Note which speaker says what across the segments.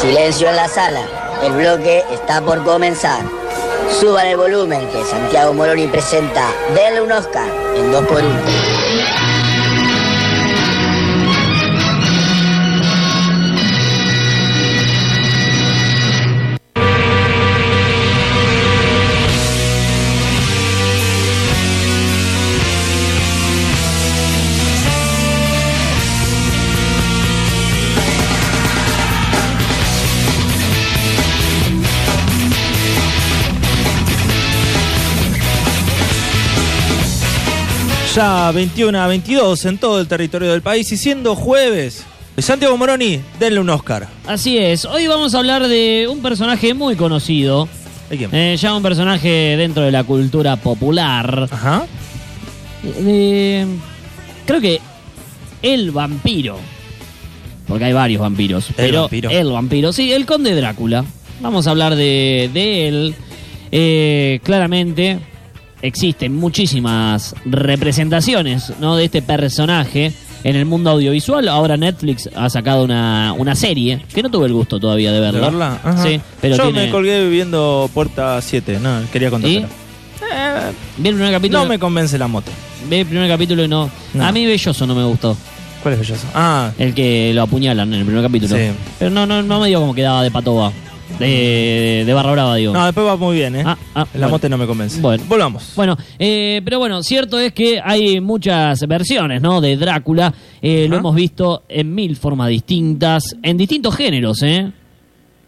Speaker 1: Silencio en la sala. El bloque está por comenzar. Suban el volumen que Santiago Moroni presenta. Denle un Oscar en 2x1.
Speaker 2: Ya 21 a 22 en todo el territorio del país y siendo jueves, Santiago Moroni, denle un Oscar.
Speaker 3: Así es, hoy vamos a hablar de un personaje muy conocido,
Speaker 2: ¿De quién?
Speaker 3: eh, ya un personaje dentro de la cultura popular.
Speaker 2: Ajá.
Speaker 3: Eh, creo que el vampiro, porque hay varios vampiros, pero
Speaker 2: vampiro.
Speaker 3: el vampiro, sí, el conde Drácula. Vamos a hablar de, de él. Eh, claramente existen muchísimas representaciones ¿no? de este personaje en el mundo audiovisual. Ahora Netflix ha sacado una, una serie que no tuve el gusto todavía de
Speaker 2: ¿De
Speaker 3: verla.
Speaker 2: verla? Ajá.
Speaker 3: Sí, pero
Speaker 2: Yo
Speaker 3: tiene-
Speaker 2: me colgué viendo Puerta 7, no, quería contárselo. Eh,
Speaker 3: Vi el primer capítulo,
Speaker 2: no me convence la moto.
Speaker 3: vi el primer capítulo y no.
Speaker 2: No.
Speaker 3: A mí Belloso no me gustó.
Speaker 2: ¿Cuál es Belloso? Ah,
Speaker 3: El que lo apuñalan en el primer capítulo.
Speaker 2: Sí.
Speaker 3: Pero no, no, no me dio como quedaba de patoba. De, de barra brava, digo.
Speaker 2: no, después va muy bien, ¿eh?
Speaker 3: Ah, ah,
Speaker 2: la
Speaker 3: bueno.
Speaker 2: moto no me convence.
Speaker 3: Bueno.
Speaker 2: Volvamos.
Speaker 3: Bueno, eh, pero bueno, cierto es que hay muchas versiones, ¿no? De Drácula. Eh, Lo
Speaker 2: Ajá.
Speaker 3: hemos visto en mil formas distintas, en distintos géneros, ¿eh?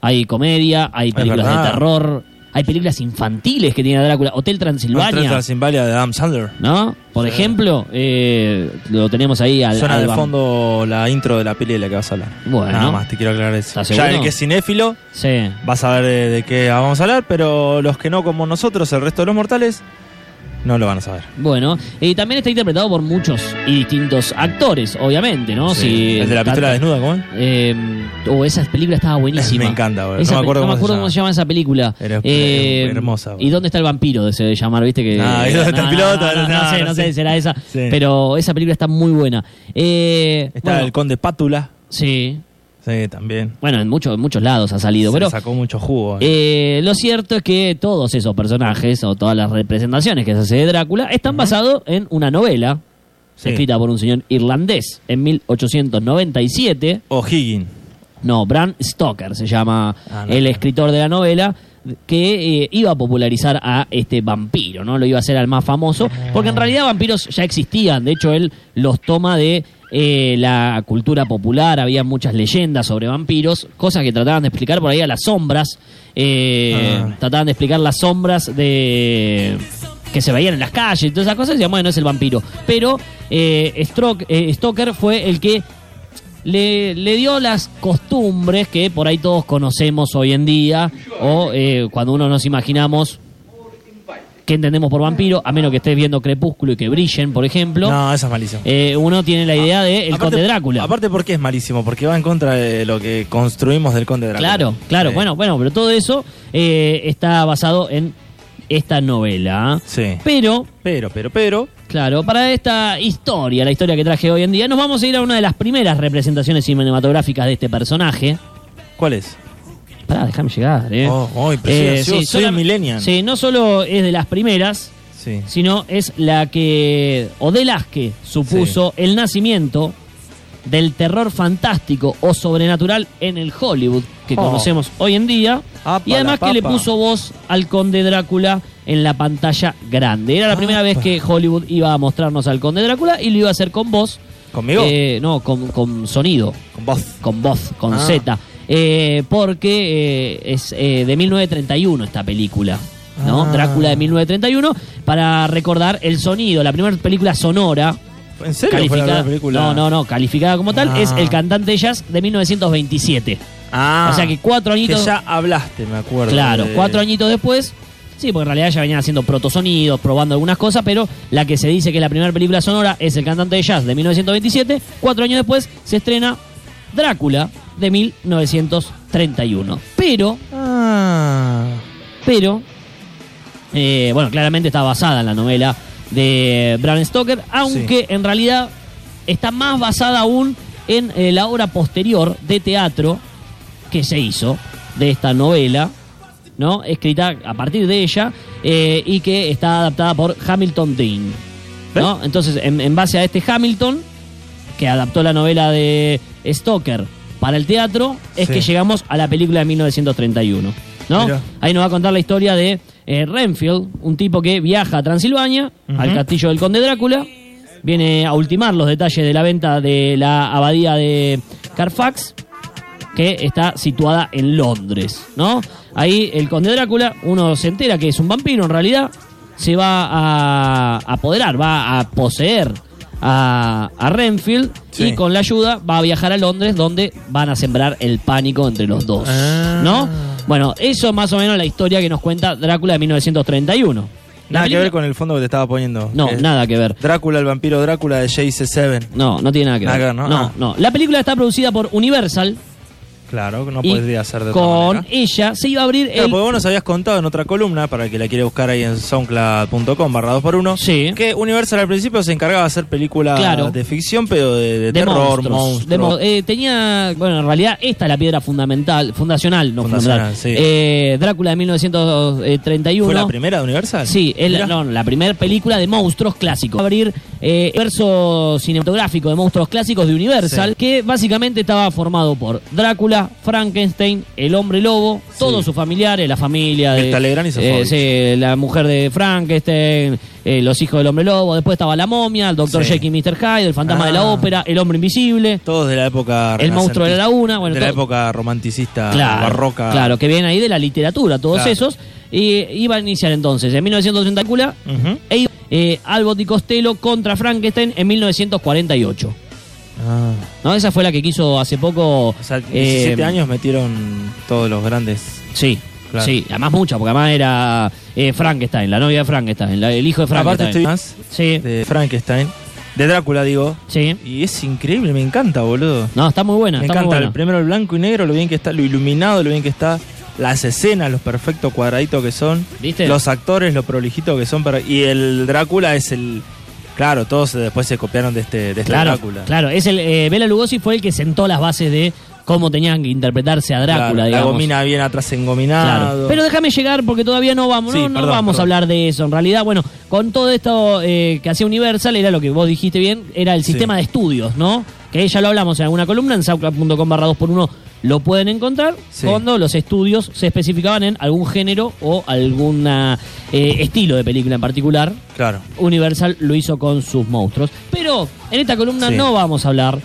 Speaker 3: Hay comedia, hay películas de
Speaker 2: verdad.
Speaker 3: terror, hay películas infantiles que tiene Drácula. Hotel
Speaker 2: Tras
Speaker 3: Transilvania,
Speaker 2: Transilvania de Adam Sandler.
Speaker 3: ¿no? Por ejemplo, eh, lo tenemos ahí al...
Speaker 2: Suena
Speaker 3: al
Speaker 2: de
Speaker 3: vam-
Speaker 2: fondo la intro de la peli de la que vas a hablar.
Speaker 3: Bueno.
Speaker 2: Nada más, te quiero aclarar eso.
Speaker 3: ¿Estás
Speaker 2: Ya
Speaker 3: seguro?
Speaker 2: el que es cinéfilo
Speaker 3: Sí.
Speaker 2: va a saber de, de qué vamos a hablar, pero los que no, como nosotros, el resto de los mortales, no lo van a saber.
Speaker 3: Bueno, y también está interpretado por muchos y distintos actores, obviamente, ¿no? Si-
Speaker 2: el de la pistola desnuda, ¿cómo es?
Speaker 3: Eh, oh, esa película estaba buenísima.
Speaker 2: Me encanta, boludo.
Speaker 3: Esa
Speaker 2: No me
Speaker 3: pe-
Speaker 2: acuerdo cómo se
Speaker 3: cómo se llama esa película.
Speaker 2: Pero es
Speaker 3: Eh,
Speaker 2: hermosa, boludo.
Speaker 3: ¿Y dónde está el vampiro de ese de llamar, viste? Que,
Speaker 2: Ah, ¿y dónde está el piloto?
Speaker 3: No, no,
Speaker 2: No,
Speaker 3: sé,
Speaker 2: no
Speaker 3: no
Speaker 2: sé.
Speaker 3: sé, será esa.
Speaker 2: Sí.
Speaker 3: Pero esa película está muy buena. Eh,
Speaker 2: Está
Speaker 3: bueno,
Speaker 2: el conde Pátula.
Speaker 3: Sí.
Speaker 2: Sí, también.
Speaker 3: Bueno, en, muchos en muchos lados ha salido.
Speaker 2: Se
Speaker 3: pero
Speaker 2: sacó mucho jugo. eh.
Speaker 3: eh, lo cierto es que todos esos personajes o todas las representaciones que se hace de Drácula están basados en una novela
Speaker 2: Sí.
Speaker 3: escrita por un señor irlandés en 1897.
Speaker 2: O'Higgins.
Speaker 3: No, Bram Stoker se llama
Speaker 2: Ah, no.
Speaker 3: el escritor de la novela que eh, iba a popularizar a este vampiro, ¿no? Lo iba a hacer al más famoso, porque en realidad vampiros ya existían, de hecho él los toma de eh, la cultura popular, había muchas leyendas sobre vampiros, cosas que trataban de explicar por ahí a las sombras, eh,
Speaker 2: Ah.
Speaker 3: trataban de explicar las sombras de que se veían en las calles, y todas esas cosas, y decían, bueno, es el vampiro. Pero eh, Stroke- eh, Stoker fue el que le, le dio las costumbres que por ahí todos conocemos hoy en día o eh, cuando uno nos imaginamos qué entendemos por vampiro, a menos que estés viendo Crepúsculo y que brillen, por ejemplo,
Speaker 2: No, esa es malísima.
Speaker 3: eh, uno tiene la idea de el
Speaker 2: Aparte-
Speaker 3: conde Drácula.
Speaker 2: Aparte, porque es malísimo? Porque va en contra de lo que construimos del conde Drácula.
Speaker 3: Claro, claro,
Speaker 2: Sí.
Speaker 3: bueno, bueno, pero todo eso eh, está basado en esta novela.
Speaker 2: Sí.
Speaker 3: Pero
Speaker 2: Pero, pero, pero.
Speaker 3: Claro, para esta historia, la historia que traje hoy en día, nos vamos a ir a una de las primeras representaciones cinematográficas de este personaje.
Speaker 2: ¿Cuál es?
Speaker 3: Pará, déjame llegar, eh.
Speaker 2: Oh, oh, impresionante. Yo soy
Speaker 3: solam-
Speaker 2: millennial.
Speaker 3: Sí, no solo es de las primeras,
Speaker 2: Sí.
Speaker 3: sino es la que, o de las que, supuso el nacimiento del terror fantástico o sobrenatural en el Hollywood que
Speaker 2: Oh.
Speaker 3: conocemos hoy en día.
Speaker 2: Apa,
Speaker 3: y además
Speaker 2: la
Speaker 3: que le
Speaker 2: papa.
Speaker 3: puso voz al conde Drácula en la pantalla grande. Era la primera
Speaker 2: Apa.
Speaker 3: vez que Hollywood iba a mostrarnos al conde Drácula y lo iba a hacer con voz.
Speaker 2: ¿Conmigo?
Speaker 3: Eh, no, con, con sonido,
Speaker 2: Con vos.
Speaker 3: con voz, con
Speaker 2: Ah.
Speaker 3: Z. Eh, porque eh, es eh, de 1931 esta película. ¿no?
Speaker 2: Ah.
Speaker 3: Drácula de 1931 para recordar el sonido, la primera película sonora
Speaker 2: ¿En serio? fue la
Speaker 3: calificada,
Speaker 2: primera película?
Speaker 3: No, no, no, calificada como tal,
Speaker 2: Ah.
Speaker 3: es El cantante de jazz de 1927.
Speaker 2: Ah.
Speaker 3: o sea que cuatro
Speaker 2: que
Speaker 3: añitos.
Speaker 2: ya hablaste, me acuerdo.
Speaker 3: claro,
Speaker 2: de-
Speaker 3: cuatro añitos después. Sí, porque en realidad ya venían haciendo protosonidos, probando algunas cosas, pero la que se dice que es la primera película sonora es El cantante de jazz de 1927. Cuatro años después se estrena Drácula de 1931. Pero,
Speaker 2: Ah.
Speaker 3: pero, eh, bueno, claramente está basada en la novela de Bram Stoker, aunque en realidad está más basada aún en eh, la obra posterior de teatro que se hizo de esta novela, ¿no? Escrita a partir de ella eh, y que está adaptada por Hamilton Dean.
Speaker 2: ¿Eh?
Speaker 3: ¿no? Entonces, en, en base a este Hamilton, que adaptó la novela de Stoker para el teatro, es
Speaker 2: Sí.
Speaker 3: que llegamos a la película de 1931. ¿no?
Speaker 2: Mirá.
Speaker 3: Ahí nos va a contar la historia de eh, Renfield, un tipo que viaja a Transilvania,
Speaker 2: Ujú.
Speaker 3: al castillo del conde Drácula, viene a ultimar los detalles de la venta de la abadía de Carfax, que está situada en Londres, ¿no? Ahí el conde Drácula, uno se entera que es un vampiro en realidad, se va a apoderar, va a poseer a, a Renfield
Speaker 2: Sí.
Speaker 3: y con la ayuda va a viajar a Londres donde van a sembrar el pánico entre los dos,
Speaker 2: Ah.
Speaker 3: ¿no? Bueno, eso es más o menos la historia que nos cuenta Drácula de 1931. La
Speaker 2: Nada que ver
Speaker 3: película-
Speaker 2: con el fondo que te estaba poniendo.
Speaker 3: No,
Speaker 2: Eh,
Speaker 3: nada que ver.
Speaker 2: Drácula, el vampiro Drácula de JC7.
Speaker 3: No, no tiene nada que
Speaker 2: Nada
Speaker 3: ver.
Speaker 2: que ver, ¿no?
Speaker 3: no,
Speaker 2: Ah.
Speaker 3: no. La película está producida por Universal
Speaker 2: Claro, no
Speaker 3: y
Speaker 2: podría ser de otra
Speaker 3: con
Speaker 2: manera.
Speaker 3: ella se iba a abrir
Speaker 2: Claro,
Speaker 3: el
Speaker 2: porque vos nos habías contado en otra columna, para el que la quiere buscar ahí en soundcloud.com barra 2x1,
Speaker 3: Sí.
Speaker 2: que Universal al principio se encargaba de hacer películas
Speaker 3: Claro.
Speaker 2: de ficción, pero de, de
Speaker 3: de
Speaker 2: terror,
Speaker 3: monstruos,
Speaker 2: monstruos.
Speaker 3: de mo- eh, tenía, bueno, en realidad esta es la piedra fundamental, fundacional, no
Speaker 2: Fundacional,
Speaker 3: fundamental.
Speaker 2: sí.
Speaker 3: Eh, Drácula de 1931.
Speaker 2: ¿Fue la primera de Universal?
Speaker 3: Sí, el-
Speaker 2: Mirá.
Speaker 3: no, la primera película de monstruos clásicos. Va a Abrir eh, el verso cinematográfico de monstruos clásicos de Universal,
Speaker 2: Sí.
Speaker 3: que básicamente estaba formado por Drácula, Frankenstein, el hombre lobo, todos sus familiares, la familia de.
Speaker 2: Mirta Legrand y
Speaker 3: eh,
Speaker 2: Sofovich.
Speaker 3: sí, la mujer de Frankenstein, eh, los hijos del hombre lobo, después estaba la momia, el doctor
Speaker 2: Sí.
Speaker 3: Jekyll y Mr. Hyde, el fantasma de la
Speaker 2: Ah.
Speaker 3: ópera, el hombre invisible.
Speaker 2: Todos de la época...
Speaker 3: El monstruo de la laguna, bueno,
Speaker 2: de la
Speaker 3: todo-
Speaker 2: época romanticista,
Speaker 3: Claro,
Speaker 2: Ah, barroca.
Speaker 3: Claro, que vienen ahí de la literatura, todos
Speaker 2: Claro.
Speaker 3: esos. Y iba a iniciar entonces, en 1930,
Speaker 2: Ujú.
Speaker 3: e iba, eh, Albot y Costello contra Frankenstein en 1948.
Speaker 2: Ah,
Speaker 3: ¿No? Esa fue la que quiso hace poco.
Speaker 2: o sea,
Speaker 3: eh,
Speaker 2: 17 años metieron todos los grandes...
Speaker 3: Sí,
Speaker 2: Claro.
Speaker 3: sí, además mucha, porque además era eh, Frankenstein, la novia de Frankenstein, la- el hijo de
Speaker 2: Aparte
Speaker 3: Frankenstein.
Speaker 2: estoy más
Speaker 3: Sí,
Speaker 2: de Frankenstein, de Drácula digo,
Speaker 3: sí.
Speaker 2: y es increíble, me encanta, boludo.
Speaker 3: No, está muy buena.
Speaker 2: Me
Speaker 3: está muy
Speaker 2: encanta el
Speaker 3: buena.
Speaker 2: primero el blanco y negro, lo bien que está, lo iluminado, lo bien que está, las escenas, los perfectos cuadraditos que son,
Speaker 3: ¿Viste?
Speaker 2: los actores, lo prolijito que son, para- y el Drácula es el, claro, todos se- después se copiaron de este, de este
Speaker 3: Claro,
Speaker 2: Drácula.
Speaker 3: claro. Es el, eh, Bela Lugosi fue el que sentó las bases de cómo tenían que interpretarse a Drácula,
Speaker 2: Claro, la
Speaker 3: digamos.
Speaker 2: gomina bien atrás
Speaker 3: Claro.
Speaker 2: engominado.
Speaker 3: Pero déjame llegar porque todavía no vamos,
Speaker 2: Sí,
Speaker 3: no, no
Speaker 2: perdón,
Speaker 3: vamos
Speaker 2: perdón.
Speaker 3: a hablar de eso. En realidad, bueno, con todo esto eh, que hacía Universal, era lo que vos dijiste bien, era el
Speaker 2: Sí.
Speaker 3: sistema de estudios, ¿no? Que ya lo hablamos en alguna columna, en saucla.com barra 2x1 lo pueden encontrar
Speaker 2: Sí.
Speaker 3: cuando los estudios se especificaban en algún género o algún estilo de película en particular.
Speaker 2: Claro.
Speaker 3: Universal lo hizo con sus monstruos. Pero en esta columna
Speaker 2: Sí.
Speaker 3: no vamos a hablar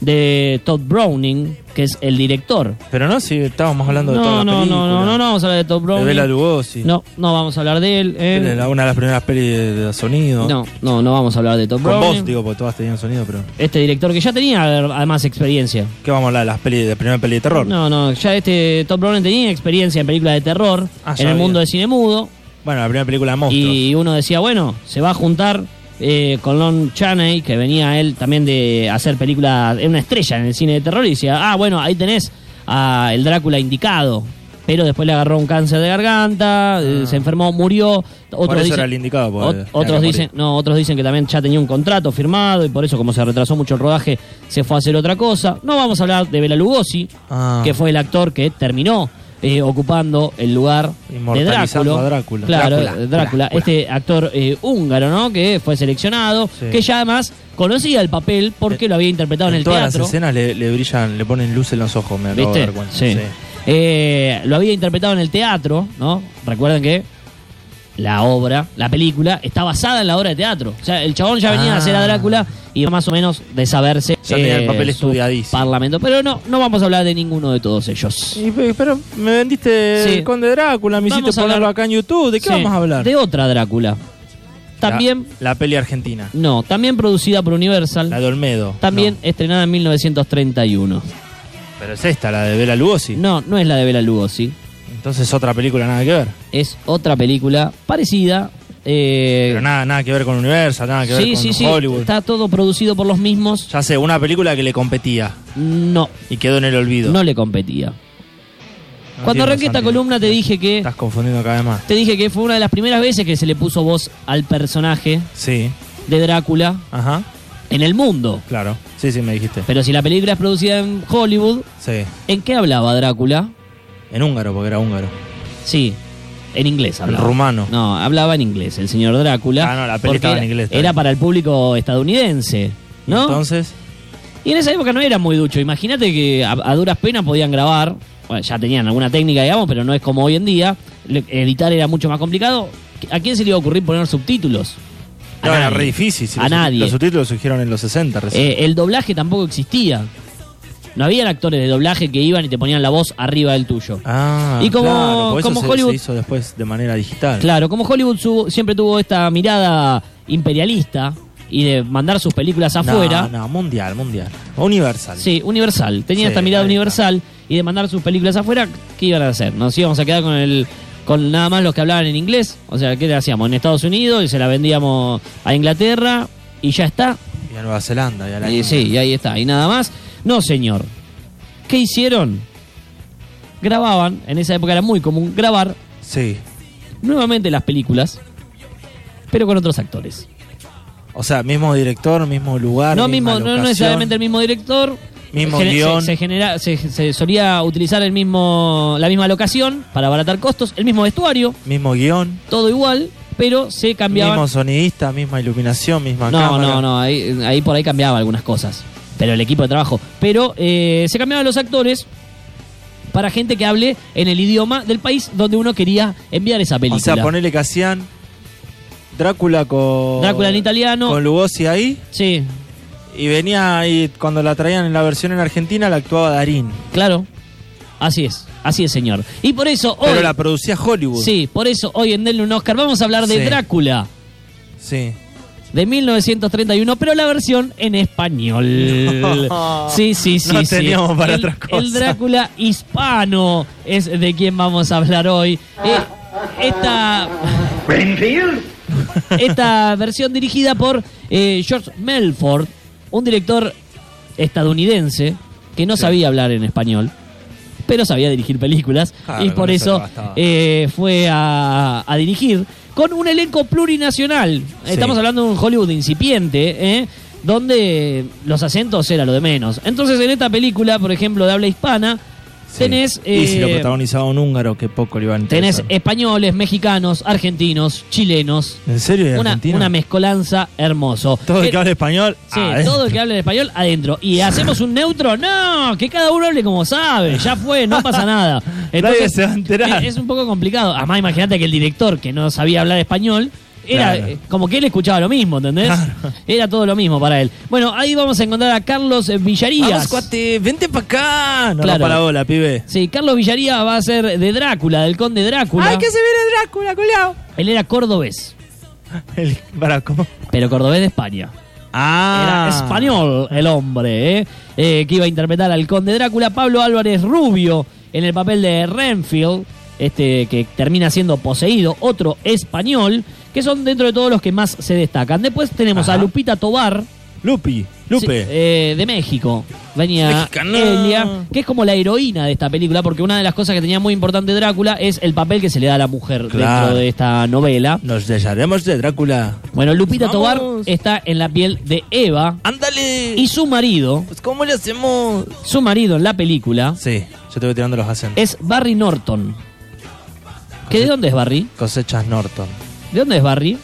Speaker 3: de Todd Browning, que es el director.
Speaker 2: Pero no, si estábamos hablando de toda la
Speaker 3: No, no,
Speaker 2: película.
Speaker 3: no, no, no, no vamos a hablar de Todd
Speaker 2: De
Speaker 3: Browning.
Speaker 2: Bela Lugosi.
Speaker 3: No, no vamos a hablar de él. eh.
Speaker 2: De la- Una de las primeras pelis de, de sonido.
Speaker 3: No, no, no vamos a hablar de Todd
Speaker 2: Con
Speaker 3: Browning.
Speaker 2: vos, digo, porque todas tenían sonido, pero.
Speaker 3: Este director que ya tenía además experiencia.
Speaker 2: ¿Qué vamos a hablar de las pelis de la primera peli de terror?
Speaker 3: No, no, ya este Todd Browning tenía experiencia en películas de terror,
Speaker 2: Ah, ya
Speaker 3: en el
Speaker 2: había.
Speaker 3: mundo del cine mudo.
Speaker 2: Bueno, la primera película de monstruos.
Speaker 3: Y uno decía, bueno, se va a juntar eh, con Lon Chaney, que venía él también de hacer películas, es una estrella en el cine de terror, y decía, ah, bueno, ahí tenés a el Drácula indicado. Pero después le agarró un cáncer de garganta, eh, se enfermó, murió. Otros
Speaker 2: Ah. eso
Speaker 3: dicen-
Speaker 2: era el indicado, porque
Speaker 3: ot-
Speaker 2: tenía que
Speaker 3: otros
Speaker 2: morir.
Speaker 3: dicen, no, otros dicen que también ya tenía un contrato firmado y por eso como se retrasó mucho el rodaje se fue a hacer otra cosa. No vamos a hablar de Bela Lugosi,
Speaker 2: Ah.
Speaker 3: que fue el actor que terminó eh, ocupando el lugar de
Speaker 2: Inmortalizando
Speaker 3: Drácula.
Speaker 2: a Drácula.
Speaker 3: Claro,
Speaker 2: Drácula,
Speaker 3: Drácula, este actor eh, húngaro, ¿no? Que fue seleccionado,
Speaker 2: Sí. Eh,
Speaker 3: que ya además conocía el papel porque lo había interpretado en,
Speaker 2: En
Speaker 3: el
Speaker 2: todas
Speaker 3: teatro.
Speaker 2: las escenas le, le brillan, le ponen luz en los ojos, me acabo de
Speaker 3: ¿Viste?
Speaker 2: dar cuenta.
Speaker 3: Sí. Eh, lo había interpretado en el teatro, ¿no? Recuerden que la obra, la película, está basada en la obra de teatro. O sea, el chabón ya venía a hacer a
Speaker 2: Ah.
Speaker 3: Drácula y más o menos de saberse eh,
Speaker 2: Ya tenía el papel
Speaker 3: su
Speaker 2: estudiadísimo.
Speaker 3: Parlamento. Pero no, no vamos a hablar de ninguno de todos ellos.
Speaker 2: Y, pe- pero me vendiste
Speaker 3: Sí.
Speaker 2: el Conde Drácula, me hiciste
Speaker 3: Vamos a
Speaker 2: ponerlo
Speaker 3: hablar-
Speaker 2: acá en YouTube. ¿De qué
Speaker 3: Sí,
Speaker 2: vamos a hablar? Ah.
Speaker 3: De otra Drácula.
Speaker 2: La-
Speaker 3: También,
Speaker 2: La, peli argentina.
Speaker 3: no, también producida por Universal.
Speaker 2: La de Olmedo.
Speaker 3: También
Speaker 2: No,
Speaker 3: estrenada en 1931.
Speaker 2: pero es esta, la de Bela Lugosi.
Speaker 3: No, no es la de Bela Lugosi.
Speaker 2: Entonces otra película nada que ver.
Speaker 3: Es otra película parecida. eh,
Speaker 2: Pero nada, nada que ver con Universal, nada que ver
Speaker 3: sí,
Speaker 2: con
Speaker 3: sí, sí.
Speaker 2: Hollywood.
Speaker 3: Está todo producido por los mismos.
Speaker 2: Ya sé, una película que le competía
Speaker 3: No,
Speaker 2: y quedó en el olvido.
Speaker 3: no le competía.
Speaker 2: No
Speaker 3: Cuando
Speaker 2: entiendo,
Speaker 3: arranqué esta
Speaker 2: Santi.
Speaker 3: columna eh. te dije que
Speaker 2: Estás confundiendo cada vez más.
Speaker 3: te dije que fue una de las primeras veces que se le puso voz al personaje
Speaker 2: Sí.
Speaker 3: de Drácula
Speaker 2: Ajá.
Speaker 3: en el mundo.
Speaker 2: Claro. Sí, sí, me dijiste.
Speaker 3: Pero si la película es producida en Hollywood,
Speaker 2: Sí.
Speaker 3: ¿en qué hablaba Drácula?
Speaker 2: En húngaro, porque era húngaro.
Speaker 3: Sí, en inglés hablaba.
Speaker 2: rumano.
Speaker 3: No, hablaba en inglés, el señor Drácula.
Speaker 2: Ah, no, la peli
Speaker 3: porque
Speaker 2: estaba en
Speaker 3: era-
Speaker 2: inglés también.
Speaker 3: Era para el público estadounidense, ¿no?
Speaker 2: Entonces,
Speaker 3: Y en esa época no era muy ducho. Imagínate que a, a duras penas podían grabar. Bueno, ya tenían alguna técnica, digamos, pero no es como hoy en día. Le- editar era mucho más complicado. ¿A quién se le iba a ocurrir poner subtítulos? A
Speaker 2: no, era
Speaker 3: nadie.
Speaker 2: re difícil. si
Speaker 3: A
Speaker 2: los,
Speaker 3: nadie.
Speaker 2: Los subtítulos surgieron en los 60 recién.
Speaker 3: Eh, el doblaje tampoco existía. No habían actores de doblaje que iban y te ponían la voz arriba del tuyo.
Speaker 2: ah,
Speaker 3: y como-
Speaker 2: claro, por eso
Speaker 3: como
Speaker 2: se-
Speaker 3: Hollywood-
Speaker 2: se hizo después de manera digital.
Speaker 3: Claro, como Hollywood su- siempre tuvo esta mirada imperialista y de mandar sus películas
Speaker 2: No,
Speaker 3: afuera.
Speaker 2: No, mundial, mundial. Universal.
Speaker 3: Sí, Universal. Tenía
Speaker 2: Sí,
Speaker 3: esta mirada
Speaker 2: ahí
Speaker 3: universal y de mandar sus películas afuera, ¿qué iban a hacer? Nos íbamos a quedar con el con nada más los que hablaban en inglés. O sea, ¿qué le hacíamos? En Estados Unidos y se la vendíamos a Inglaterra y ya está.
Speaker 2: Y a Nueva Zelanda. Y a la
Speaker 3: Y
Speaker 2: India.
Speaker 3: sí, y ahí está. Y nada más. No, señor. ¿Qué hicieron? Grababan, en esa época era muy común grabar
Speaker 2: Sí.
Speaker 3: nuevamente las películas, pero con otros actores.
Speaker 2: O sea, mismo director, mismo lugar.
Speaker 3: No,
Speaker 2: misma
Speaker 3: mismo, no
Speaker 2: locación.
Speaker 3: necesariamente el mismo director.
Speaker 2: Mismo
Speaker 3: Gener- se-
Speaker 2: guión.
Speaker 3: Se, genera, se, se solía utilizar el mismo, la misma locación para abaratar costos, el mismo vestuario,
Speaker 2: Mismo guión.
Speaker 3: todo igual, pero se cambiaban.
Speaker 2: Mismo sonidista, misma iluminación, misma
Speaker 3: no,
Speaker 2: cámara.
Speaker 3: no, no, ahí, ahí por ahí cambiaba algunas cosas. Pero el equipo de trabajo. Pero eh, se cambiaban los actores para gente que hable en el idioma del país donde uno quería enviar esa película.
Speaker 2: O sea, ponele que hacían Drácula con.
Speaker 3: Drácula en italiano.
Speaker 2: Con Lugosi ahí.
Speaker 3: Sí,
Speaker 2: Y venía ahí, cuando la traían en la versión en Argentina, la actuaba Darín.
Speaker 3: claro. Así es, así es, señor. Y por eso hoy.
Speaker 2: Pero la producía Hollywood.
Speaker 3: Sí, por eso hoy en Denle un Oscar vamos a hablar de
Speaker 2: Sí.
Speaker 3: Drácula
Speaker 2: Sí.
Speaker 3: de 1931, pero la versión en español.
Speaker 2: No.
Speaker 3: sí, sí, sí.
Speaker 2: No
Speaker 3: sí.
Speaker 2: teníamos para
Speaker 3: el,
Speaker 2: otra cosa.
Speaker 3: el Drácula hispano es de quien vamos a hablar hoy. Eh, esta, esta versión dirigida por eh, George Melford, un director estadounidense que no sabía hablar en español, pero sabía dirigir películas
Speaker 2: Claro,
Speaker 3: y
Speaker 2: con
Speaker 3: por
Speaker 2: eso
Speaker 3: eso
Speaker 2: te bastaba.
Speaker 3: eh, fue a, a dirigir con un elenco plurinacional.
Speaker 2: Sí.
Speaker 3: Estamos hablando de un Hollywood incipiente, ¿eh? donde los acentos era lo de menos. Entonces en esta película, por ejemplo, de habla hispana,
Speaker 2: Sí.
Speaker 3: tenés...
Speaker 2: y si lo ¿eh?
Speaker 3: eh,
Speaker 2: protagonizaba un húngaro, que poco le iba a
Speaker 3: Tenés eh,
Speaker 2: interesar.
Speaker 3: españoles, mexicanos, argentinos, chilenos.
Speaker 2: ¿En serio? ¿Y
Speaker 3: Una,
Speaker 2: argentino?
Speaker 3: una mezcolanza hermoso.
Speaker 2: Todo el
Speaker 3: Eh,
Speaker 2: que habla español.
Speaker 3: Sí,
Speaker 2: ah, eh.
Speaker 3: todo el que hable en español adentro. ¿Y hacemos un neutro? No, que cada uno hable como sabe. Ya fue, no pasa nada.
Speaker 2: Nadie se va a enterar.
Speaker 3: Es, es un poco complicado. Además, imagínate que el director, que no sabía hablar español, era
Speaker 2: Claro.
Speaker 3: eh, como que él escuchaba lo mismo, ¿entendés?
Speaker 2: Claro.
Speaker 3: Era todo lo mismo para él. Bueno, ahí vamos a encontrar a Carlos eh, Villarías.
Speaker 2: Vamos, cuate, vente para acá. No,
Speaker 3: Claro.
Speaker 2: no para bola, pibe.
Speaker 3: Sí, Carlos Villarías va a ser de Drácula, del conde Drácula.
Speaker 2: se viene Drácula, culiao!
Speaker 3: Él era cordobés,
Speaker 2: El, para, ¿cómo?
Speaker 3: pero cordobés de España.
Speaker 2: Ah.
Speaker 3: Era español el hombre, ¿eh? Eh, que iba a interpretar al conde Drácula, Pablo Álvarez Rubio, en el papel de Renfield, este que termina siendo poseído, otro español, que son dentro de todos los que más se destacan. Después tenemos a
Speaker 2: Ajá.
Speaker 3: Lupita Tobar,
Speaker 2: Lupi,
Speaker 3: sí,
Speaker 2: Lupe.
Speaker 3: eh, de México. Venía
Speaker 2: Mexicana.
Speaker 3: Elia, que es como la heroína de esta película, porque una de las cosas que tenía muy importante Drácula es el papel que se le da a la mujer
Speaker 2: Claro.
Speaker 3: dentro de esta novela.
Speaker 2: Nos dejaremos de Drácula.
Speaker 3: Bueno, Lupita Tobar
Speaker 2: Vamos.
Speaker 3: está en la piel de Eva
Speaker 2: ¡Ándale!
Speaker 3: y su marido,
Speaker 2: Pues, ¿cómo le hacemos?
Speaker 3: Su marido en la película
Speaker 2: Sí, yo te voy tirando los acentos.
Speaker 3: es Barry Norton. ¿Que de dónde es Barry?
Speaker 2: Cosechas Norton.
Speaker 3: ¿De dónde es Barry?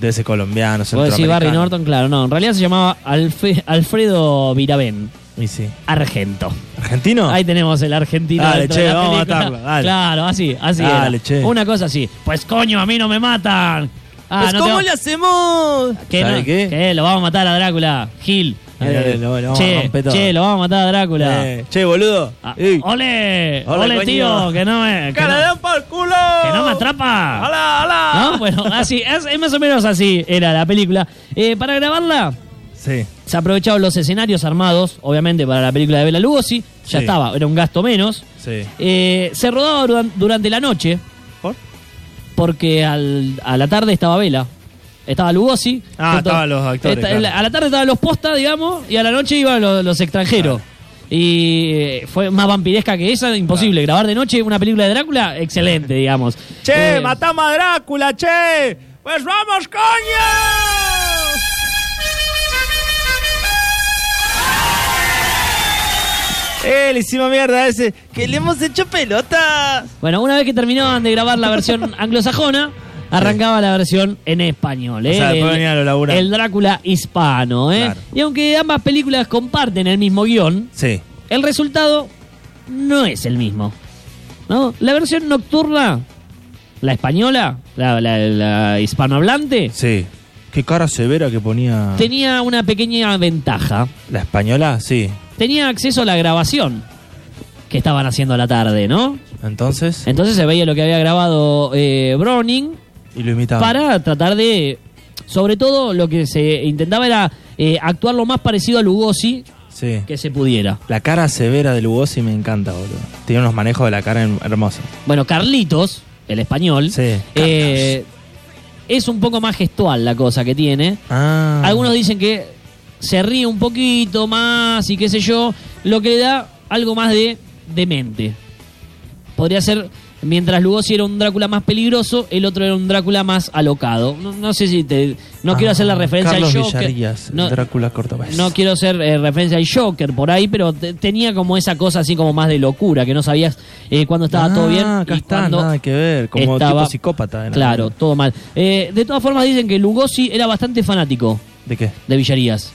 Speaker 2: De ese colombiano,
Speaker 3: Vos decís
Speaker 2: centroamericano.
Speaker 3: Barry Norton, claro, no. En realidad se llamaba Alfe- Alfredo Virabén.
Speaker 2: Y sí.
Speaker 3: Argento.
Speaker 2: ¿Argentino?
Speaker 3: Ahí tenemos el argentino.
Speaker 2: Ah. Dale,
Speaker 3: dentro de
Speaker 2: che,
Speaker 3: la
Speaker 2: vamos a
Speaker 3: película.
Speaker 2: matarlo, dale.
Speaker 3: Claro, así, así.
Speaker 2: Dale,
Speaker 3: era.
Speaker 2: che.
Speaker 3: Una cosa así. Pues coño, a mí no me matan. Ah,
Speaker 2: pues,
Speaker 3: no
Speaker 2: ¿cómo
Speaker 3: te-
Speaker 2: le hacemos?
Speaker 3: ¿Qué,
Speaker 2: ¿Sabe
Speaker 3: no?
Speaker 2: qué?
Speaker 3: ¿Qué? Lo vamos a matar a Drácula. Gil.
Speaker 2: Mira, lo- lo vamos a
Speaker 3: che,
Speaker 2: romper todo.
Speaker 3: che, lo vamos a matar a Drácula.
Speaker 2: Eh, che, boludo.
Speaker 3: Ah,
Speaker 2: Ey.
Speaker 3: ole, ole,
Speaker 2: Ole, coño.
Speaker 3: tío, que no me. que
Speaker 2: ¡Que le
Speaker 3: no-
Speaker 2: den pa'l culo!
Speaker 3: ¡Que no me atrapa!
Speaker 2: ¡Hala, hala!
Speaker 3: ¿No? pues. Bueno, así, es, es más o menos así era la película. Eh, para grabarla
Speaker 2: Sí.
Speaker 3: se aprovecharon los escenarios armados, obviamente para la película de Bela Lugosi,
Speaker 2: Sí.
Speaker 3: ya estaba, era un gasto menos.
Speaker 2: Sí.
Speaker 3: Eh, se rodaba duran- durante la noche,
Speaker 2: ¿Por?
Speaker 3: porque al- a la tarde estaba Vela. Estaba Lugosi.
Speaker 2: Ah, estaban los actores, claro.
Speaker 3: la- A la tarde estaban los postas, digamos, y a la noche iban lo- los, extranjeros. Y eh, fue más vampiresca que esa, imposible. Grabar de noche una película de Drácula, excelente, digamos.
Speaker 2: Che,
Speaker 3: Eh,
Speaker 2: matamos a Drácula, che. Pues vamos, coño. ¡Eh, le hicimos mierda a ese! ¡Que le hemos hecho pelotas!
Speaker 3: Bueno, una vez que terminaban de grabar la versión anglosajona, arrancaba la versión en español.
Speaker 2: O
Speaker 3: ¿eh?
Speaker 2: sea, después
Speaker 3: el,
Speaker 2: venían los laburantes.
Speaker 3: el Drácula hispano. ¿eh?
Speaker 2: Claro.
Speaker 3: Y aunque ambas películas comparten el mismo guión,
Speaker 2: Sí.
Speaker 3: el resultado no es el mismo. ¿no? La versión nocturna, la española, la, la- la hispanohablante,
Speaker 2: Sí. Qué cara severa que ponía.
Speaker 3: tenía una pequeña ventaja.
Speaker 2: La española, sí.
Speaker 3: Tenía acceso a la grabación que estaban haciendo a la tarde, ¿no?
Speaker 2: Entonces.
Speaker 3: Entonces se veía lo que había grabado eh, Browning
Speaker 2: Y lo imitaba.
Speaker 3: para tratar de... Sobre todo lo que se intentaba era eh, actuar lo más parecido a Lugosi
Speaker 2: Sí.
Speaker 3: que se pudiera.
Speaker 2: La cara severa de Lugosi me encanta, boludo. Tiene unos manejos de la cara en- hermosos.
Speaker 3: Bueno, Carlitos, el español,
Speaker 2: Sí.
Speaker 3: eh, es un poco más gestual la cosa que tiene.
Speaker 2: Ah.
Speaker 3: Algunos dicen que se ríe un poquito más y qué sé yo, lo que le da algo más de demente. Podría ser, mientras Lugosi era un Drácula más peligroso, el otro era un Drácula más alocado. No, no sé si te... No quiero
Speaker 2: Ah,
Speaker 3: hacer la referencia
Speaker 2: Carlos
Speaker 3: al Joker.
Speaker 2: Villarías,
Speaker 3: no,
Speaker 2: Drácula Cordobés.
Speaker 3: no quiero hacer eh, referencia al Joker por ahí, pero te- tenía como esa cosa así como más de locura, que no sabías eh, cuándo estaba
Speaker 2: Ah,
Speaker 3: todo bien
Speaker 2: acá
Speaker 3: y
Speaker 2: está,
Speaker 3: cuándo
Speaker 2: nada que ver, como
Speaker 3: estaba-
Speaker 2: tipo psicópata, era.
Speaker 3: Claro, todo mal. Eh, de todas formas dicen que Lugosi era bastante fanático
Speaker 2: ¿De qué?
Speaker 3: de Villarías.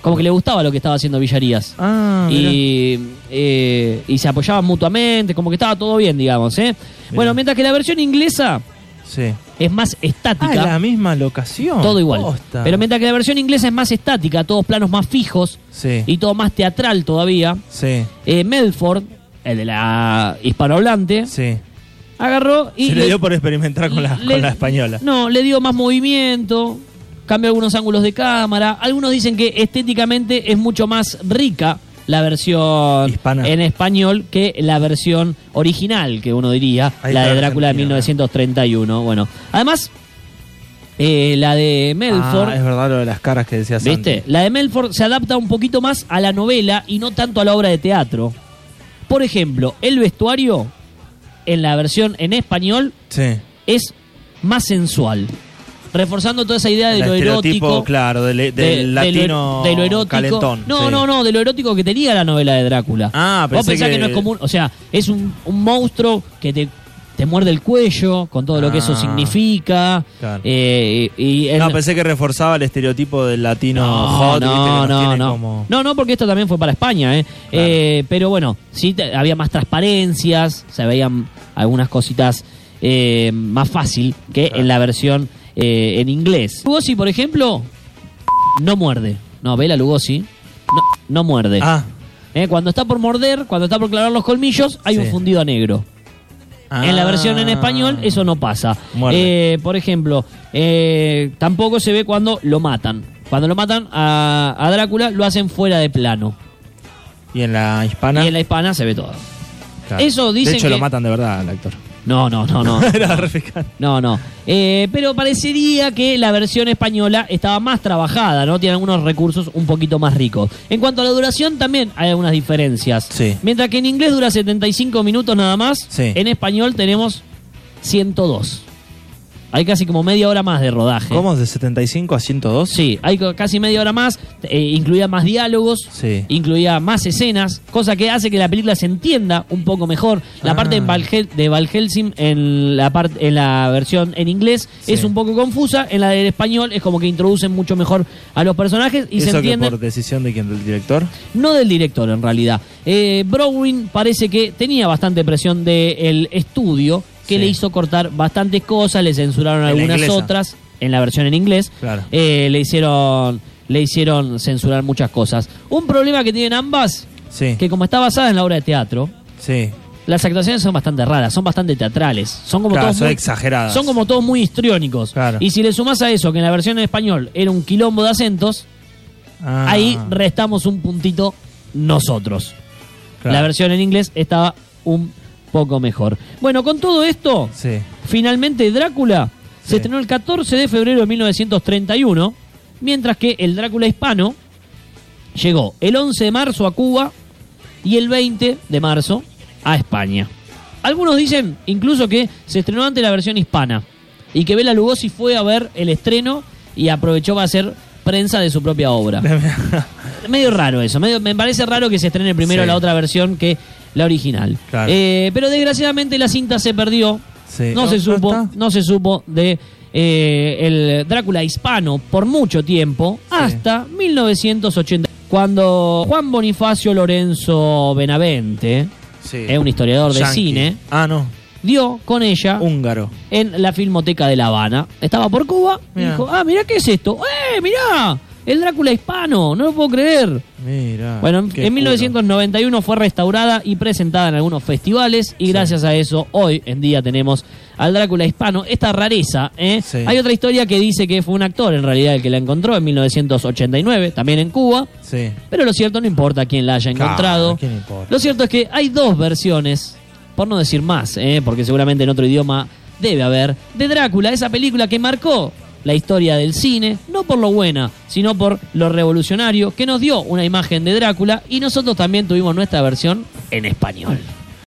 Speaker 3: Como que le gustaba lo que estaba haciendo Villarías.
Speaker 2: Ah, mirá.
Speaker 3: y, eh, y se apoyaban mutuamente, como que estaba todo bien, digamos. ¿eh? Bueno, mientras que la versión inglesa
Speaker 2: Sí.
Speaker 3: es más
Speaker 2: Ah, en
Speaker 3: estática,
Speaker 2: la misma locación.
Speaker 3: todo igual.
Speaker 2: Posta.
Speaker 3: Pero mientras que la versión inglesa es más estática, todos planos más fijos
Speaker 2: Sí.
Speaker 3: y todo más teatral todavía,
Speaker 2: Sí.
Speaker 3: eh, Melford, el de la hispanohablante,
Speaker 2: Sí.
Speaker 3: agarró y...
Speaker 2: Se le
Speaker 3: le-
Speaker 2: dio por experimentar con la,
Speaker 3: le-
Speaker 2: con la española.
Speaker 3: No, le dio más movimiento, cambió algunos ángulos de cámara. Algunos dicen que estéticamente es mucho más rica la versión
Speaker 2: Hispana.
Speaker 3: en español que la versión original, que uno diría,
Speaker 2: Ahí
Speaker 3: la
Speaker 2: está
Speaker 3: de
Speaker 2: la
Speaker 3: Drácula de
Speaker 2: Argentina,
Speaker 3: 1931. Bueno, además, eh, la de Melford.
Speaker 2: Ah, es verdad lo de las caras que decías
Speaker 3: ¿Viste?
Speaker 2: antes.
Speaker 3: La de Melford se adapta un poquito más a la novela y no tanto a la obra de teatro. Por ejemplo, el vestuario en la versión en español
Speaker 2: Sí.
Speaker 3: es más sensual. Reforzando toda esa idea de
Speaker 2: El
Speaker 3: lo
Speaker 2: estereotipo,
Speaker 3: erótico.
Speaker 2: claro, del, e- del
Speaker 3: de- de lo-
Speaker 2: latino
Speaker 3: de lo erótico.
Speaker 2: calentón.
Speaker 3: No,
Speaker 2: sí.
Speaker 3: no, no, de lo erótico que tenía la novela de Drácula.
Speaker 2: Ah,
Speaker 3: Vos
Speaker 2: pensé
Speaker 3: pensás que...
Speaker 2: que-
Speaker 3: no es común. O sea, es un, un monstruo que te, te muerde el cuello con todo lo que eso
Speaker 2: Ah.
Speaker 3: significa.
Speaker 2: Claro.
Speaker 3: eh, y, y él-
Speaker 2: No, pensé que reforzaba el estereotipo del latino hot. viste, que
Speaker 3: no,
Speaker 2: nos
Speaker 3: no,
Speaker 2: tiene
Speaker 3: no.
Speaker 2: como-
Speaker 3: No, no, porque esto también fue para España, ¿eh?
Speaker 2: Claro.
Speaker 3: Eh, pero bueno, sí te- había más transparencias, se veían algunas cositas eh, más fácil que
Speaker 2: Claro.
Speaker 3: en la versión eh, en inglés. Lugosi, por ejemplo, no muerde. No, Vela Lugosi no, no muerde.
Speaker 2: Ah,
Speaker 3: Eh, cuando está por morder, cuando está por clavar los colmillos, hay
Speaker 2: Sí.
Speaker 3: un fundido a negro. En la versión
Speaker 2: Ah.
Speaker 3: en español eso no pasa.
Speaker 2: Muerde.
Speaker 3: Eh, por ejemplo, eh, tampoco se ve cuando lo matan. Cuando lo matan a, a Drácula lo hacen fuera de plano.
Speaker 2: Y en la hispana.
Speaker 3: Y en la hispana se ve todo.
Speaker 2: Claro.
Speaker 3: Eso dicen
Speaker 2: De hecho,
Speaker 3: que-
Speaker 2: lo matan de verdad al actor.
Speaker 3: No, no, no, no.
Speaker 2: Era re picante.
Speaker 3: No, no. Eh, pero parecería que la versión española estaba más trabajada, ¿no? Tiene algunos recursos un poquito más ricos. En cuanto a la duración, también hay algunas diferencias.
Speaker 2: Sí.
Speaker 3: Mientras que en inglés dura 75 minutos nada más,
Speaker 2: Sí.
Speaker 3: en español tenemos 102. Hay casi como media hora más de rodaje.
Speaker 2: ¿Cómo? ¿De 75 a 102?
Speaker 3: Sí, hay co- casi media hora más, eh, incluía más diálogos,
Speaker 2: Sí.
Speaker 3: incluía más escenas, cosa que hace que la película se entienda un poco mejor. La
Speaker 2: Ah.
Speaker 3: parte en Val Hel- de Val Helsing en la, parte en la versión en inglés
Speaker 2: Sí.
Speaker 3: es un poco confusa, en la del español es como que introducen mucho mejor a los personajes y
Speaker 2: ¿Eso
Speaker 3: se
Speaker 2: que
Speaker 3: entiende
Speaker 2: por decisión de quién? ¿Del director?
Speaker 3: no del director en realidad. Eh, Browning parece que tenía bastante presión del estudio que
Speaker 2: Sí.
Speaker 3: le hizo cortar bastantes cosas, le censuraron
Speaker 2: En la
Speaker 3: algunas
Speaker 2: inglesa.
Speaker 3: otras en la versión en inglés,
Speaker 2: Claro.
Speaker 3: Eh, le hicieron le hicieron censurar muchas cosas. Un problema que tienen ambas,
Speaker 2: Sí.
Speaker 3: que como está basada en la obra de teatro,
Speaker 2: Sí.
Speaker 3: las actuaciones son bastante raras, son bastante teatrales, son como
Speaker 2: Claro,
Speaker 3: todos
Speaker 2: son
Speaker 3: muy-
Speaker 2: exageradas.
Speaker 3: son como todos muy histriónicos.
Speaker 2: Claro.
Speaker 3: Y si le sumás a eso que en la versión en español era un quilombo de acentos,
Speaker 2: Ah,
Speaker 3: ahí restamos un puntito nosotros.
Speaker 2: claro.
Speaker 3: La versión en inglés estaba un poco mejor. Bueno, con todo esto,
Speaker 2: Sí.
Speaker 3: finalmente Drácula
Speaker 2: Sí.
Speaker 3: se estrenó el 14 de febrero de 1931, mientras que el Drácula hispano llegó el 11 de marzo a Cuba y el 20 de marzo a España. Algunos dicen incluso que se estrenó antes la versión hispana y que Bela Lugosi fue a ver el estreno y aprovechó para hacer prensa de su propia obra. medio raro eso. medio- me parece raro que se estrene primero
Speaker 2: Sí.
Speaker 3: la otra versión que la original.
Speaker 2: Claro.
Speaker 3: Eh, pero desgraciadamente la cinta se perdió.
Speaker 2: Sí.
Speaker 3: No, se
Speaker 2: ¿No
Speaker 3: supo. No,
Speaker 2: está?
Speaker 3: se supo de eh, el Drácula hispano por mucho tiempo. Hasta 1980. Cuando Juan Bonifacio Lorenzo Benavente,
Speaker 2: Sí.
Speaker 3: eh, un historiador de
Speaker 2: Yankee.
Speaker 3: cine,
Speaker 2: Ah, no.
Speaker 3: dio con ella
Speaker 2: Húngaro.
Speaker 3: en la Filmoteca de La Habana. Estaba por Cuba y
Speaker 2: Mirá.
Speaker 3: dijo, ah, mirá, ¿qué es esto? ¡Eh, mirá! El Drácula hispano, no lo puedo creer.
Speaker 2: Mira.
Speaker 3: Bueno, en-
Speaker 2: qué
Speaker 3: en
Speaker 2: culo.
Speaker 3: 1991 fue restaurada y presentada en algunos festivales y
Speaker 2: Sí.
Speaker 3: gracias a eso hoy en día tenemos al Drácula hispano, esta rareza. ¿eh?
Speaker 2: Sí.
Speaker 3: Hay otra historia que dice que fue un actor en realidad el que la encontró en 1989, también en Cuba,
Speaker 2: Sí.
Speaker 3: pero lo cierto no importa quién la haya
Speaker 2: Claro,
Speaker 3: encontrado.
Speaker 2: ¿a quién le importa?
Speaker 3: Lo cierto es que hay dos versiones, por no decir más, ¿eh? porque seguramente en otro idioma debe haber, de Drácula, esa película que marcó la historia del cine, no por lo buena, sino por lo revolucionario, que nos dio una imagen de Drácula y nosotros también tuvimos nuestra versión en español.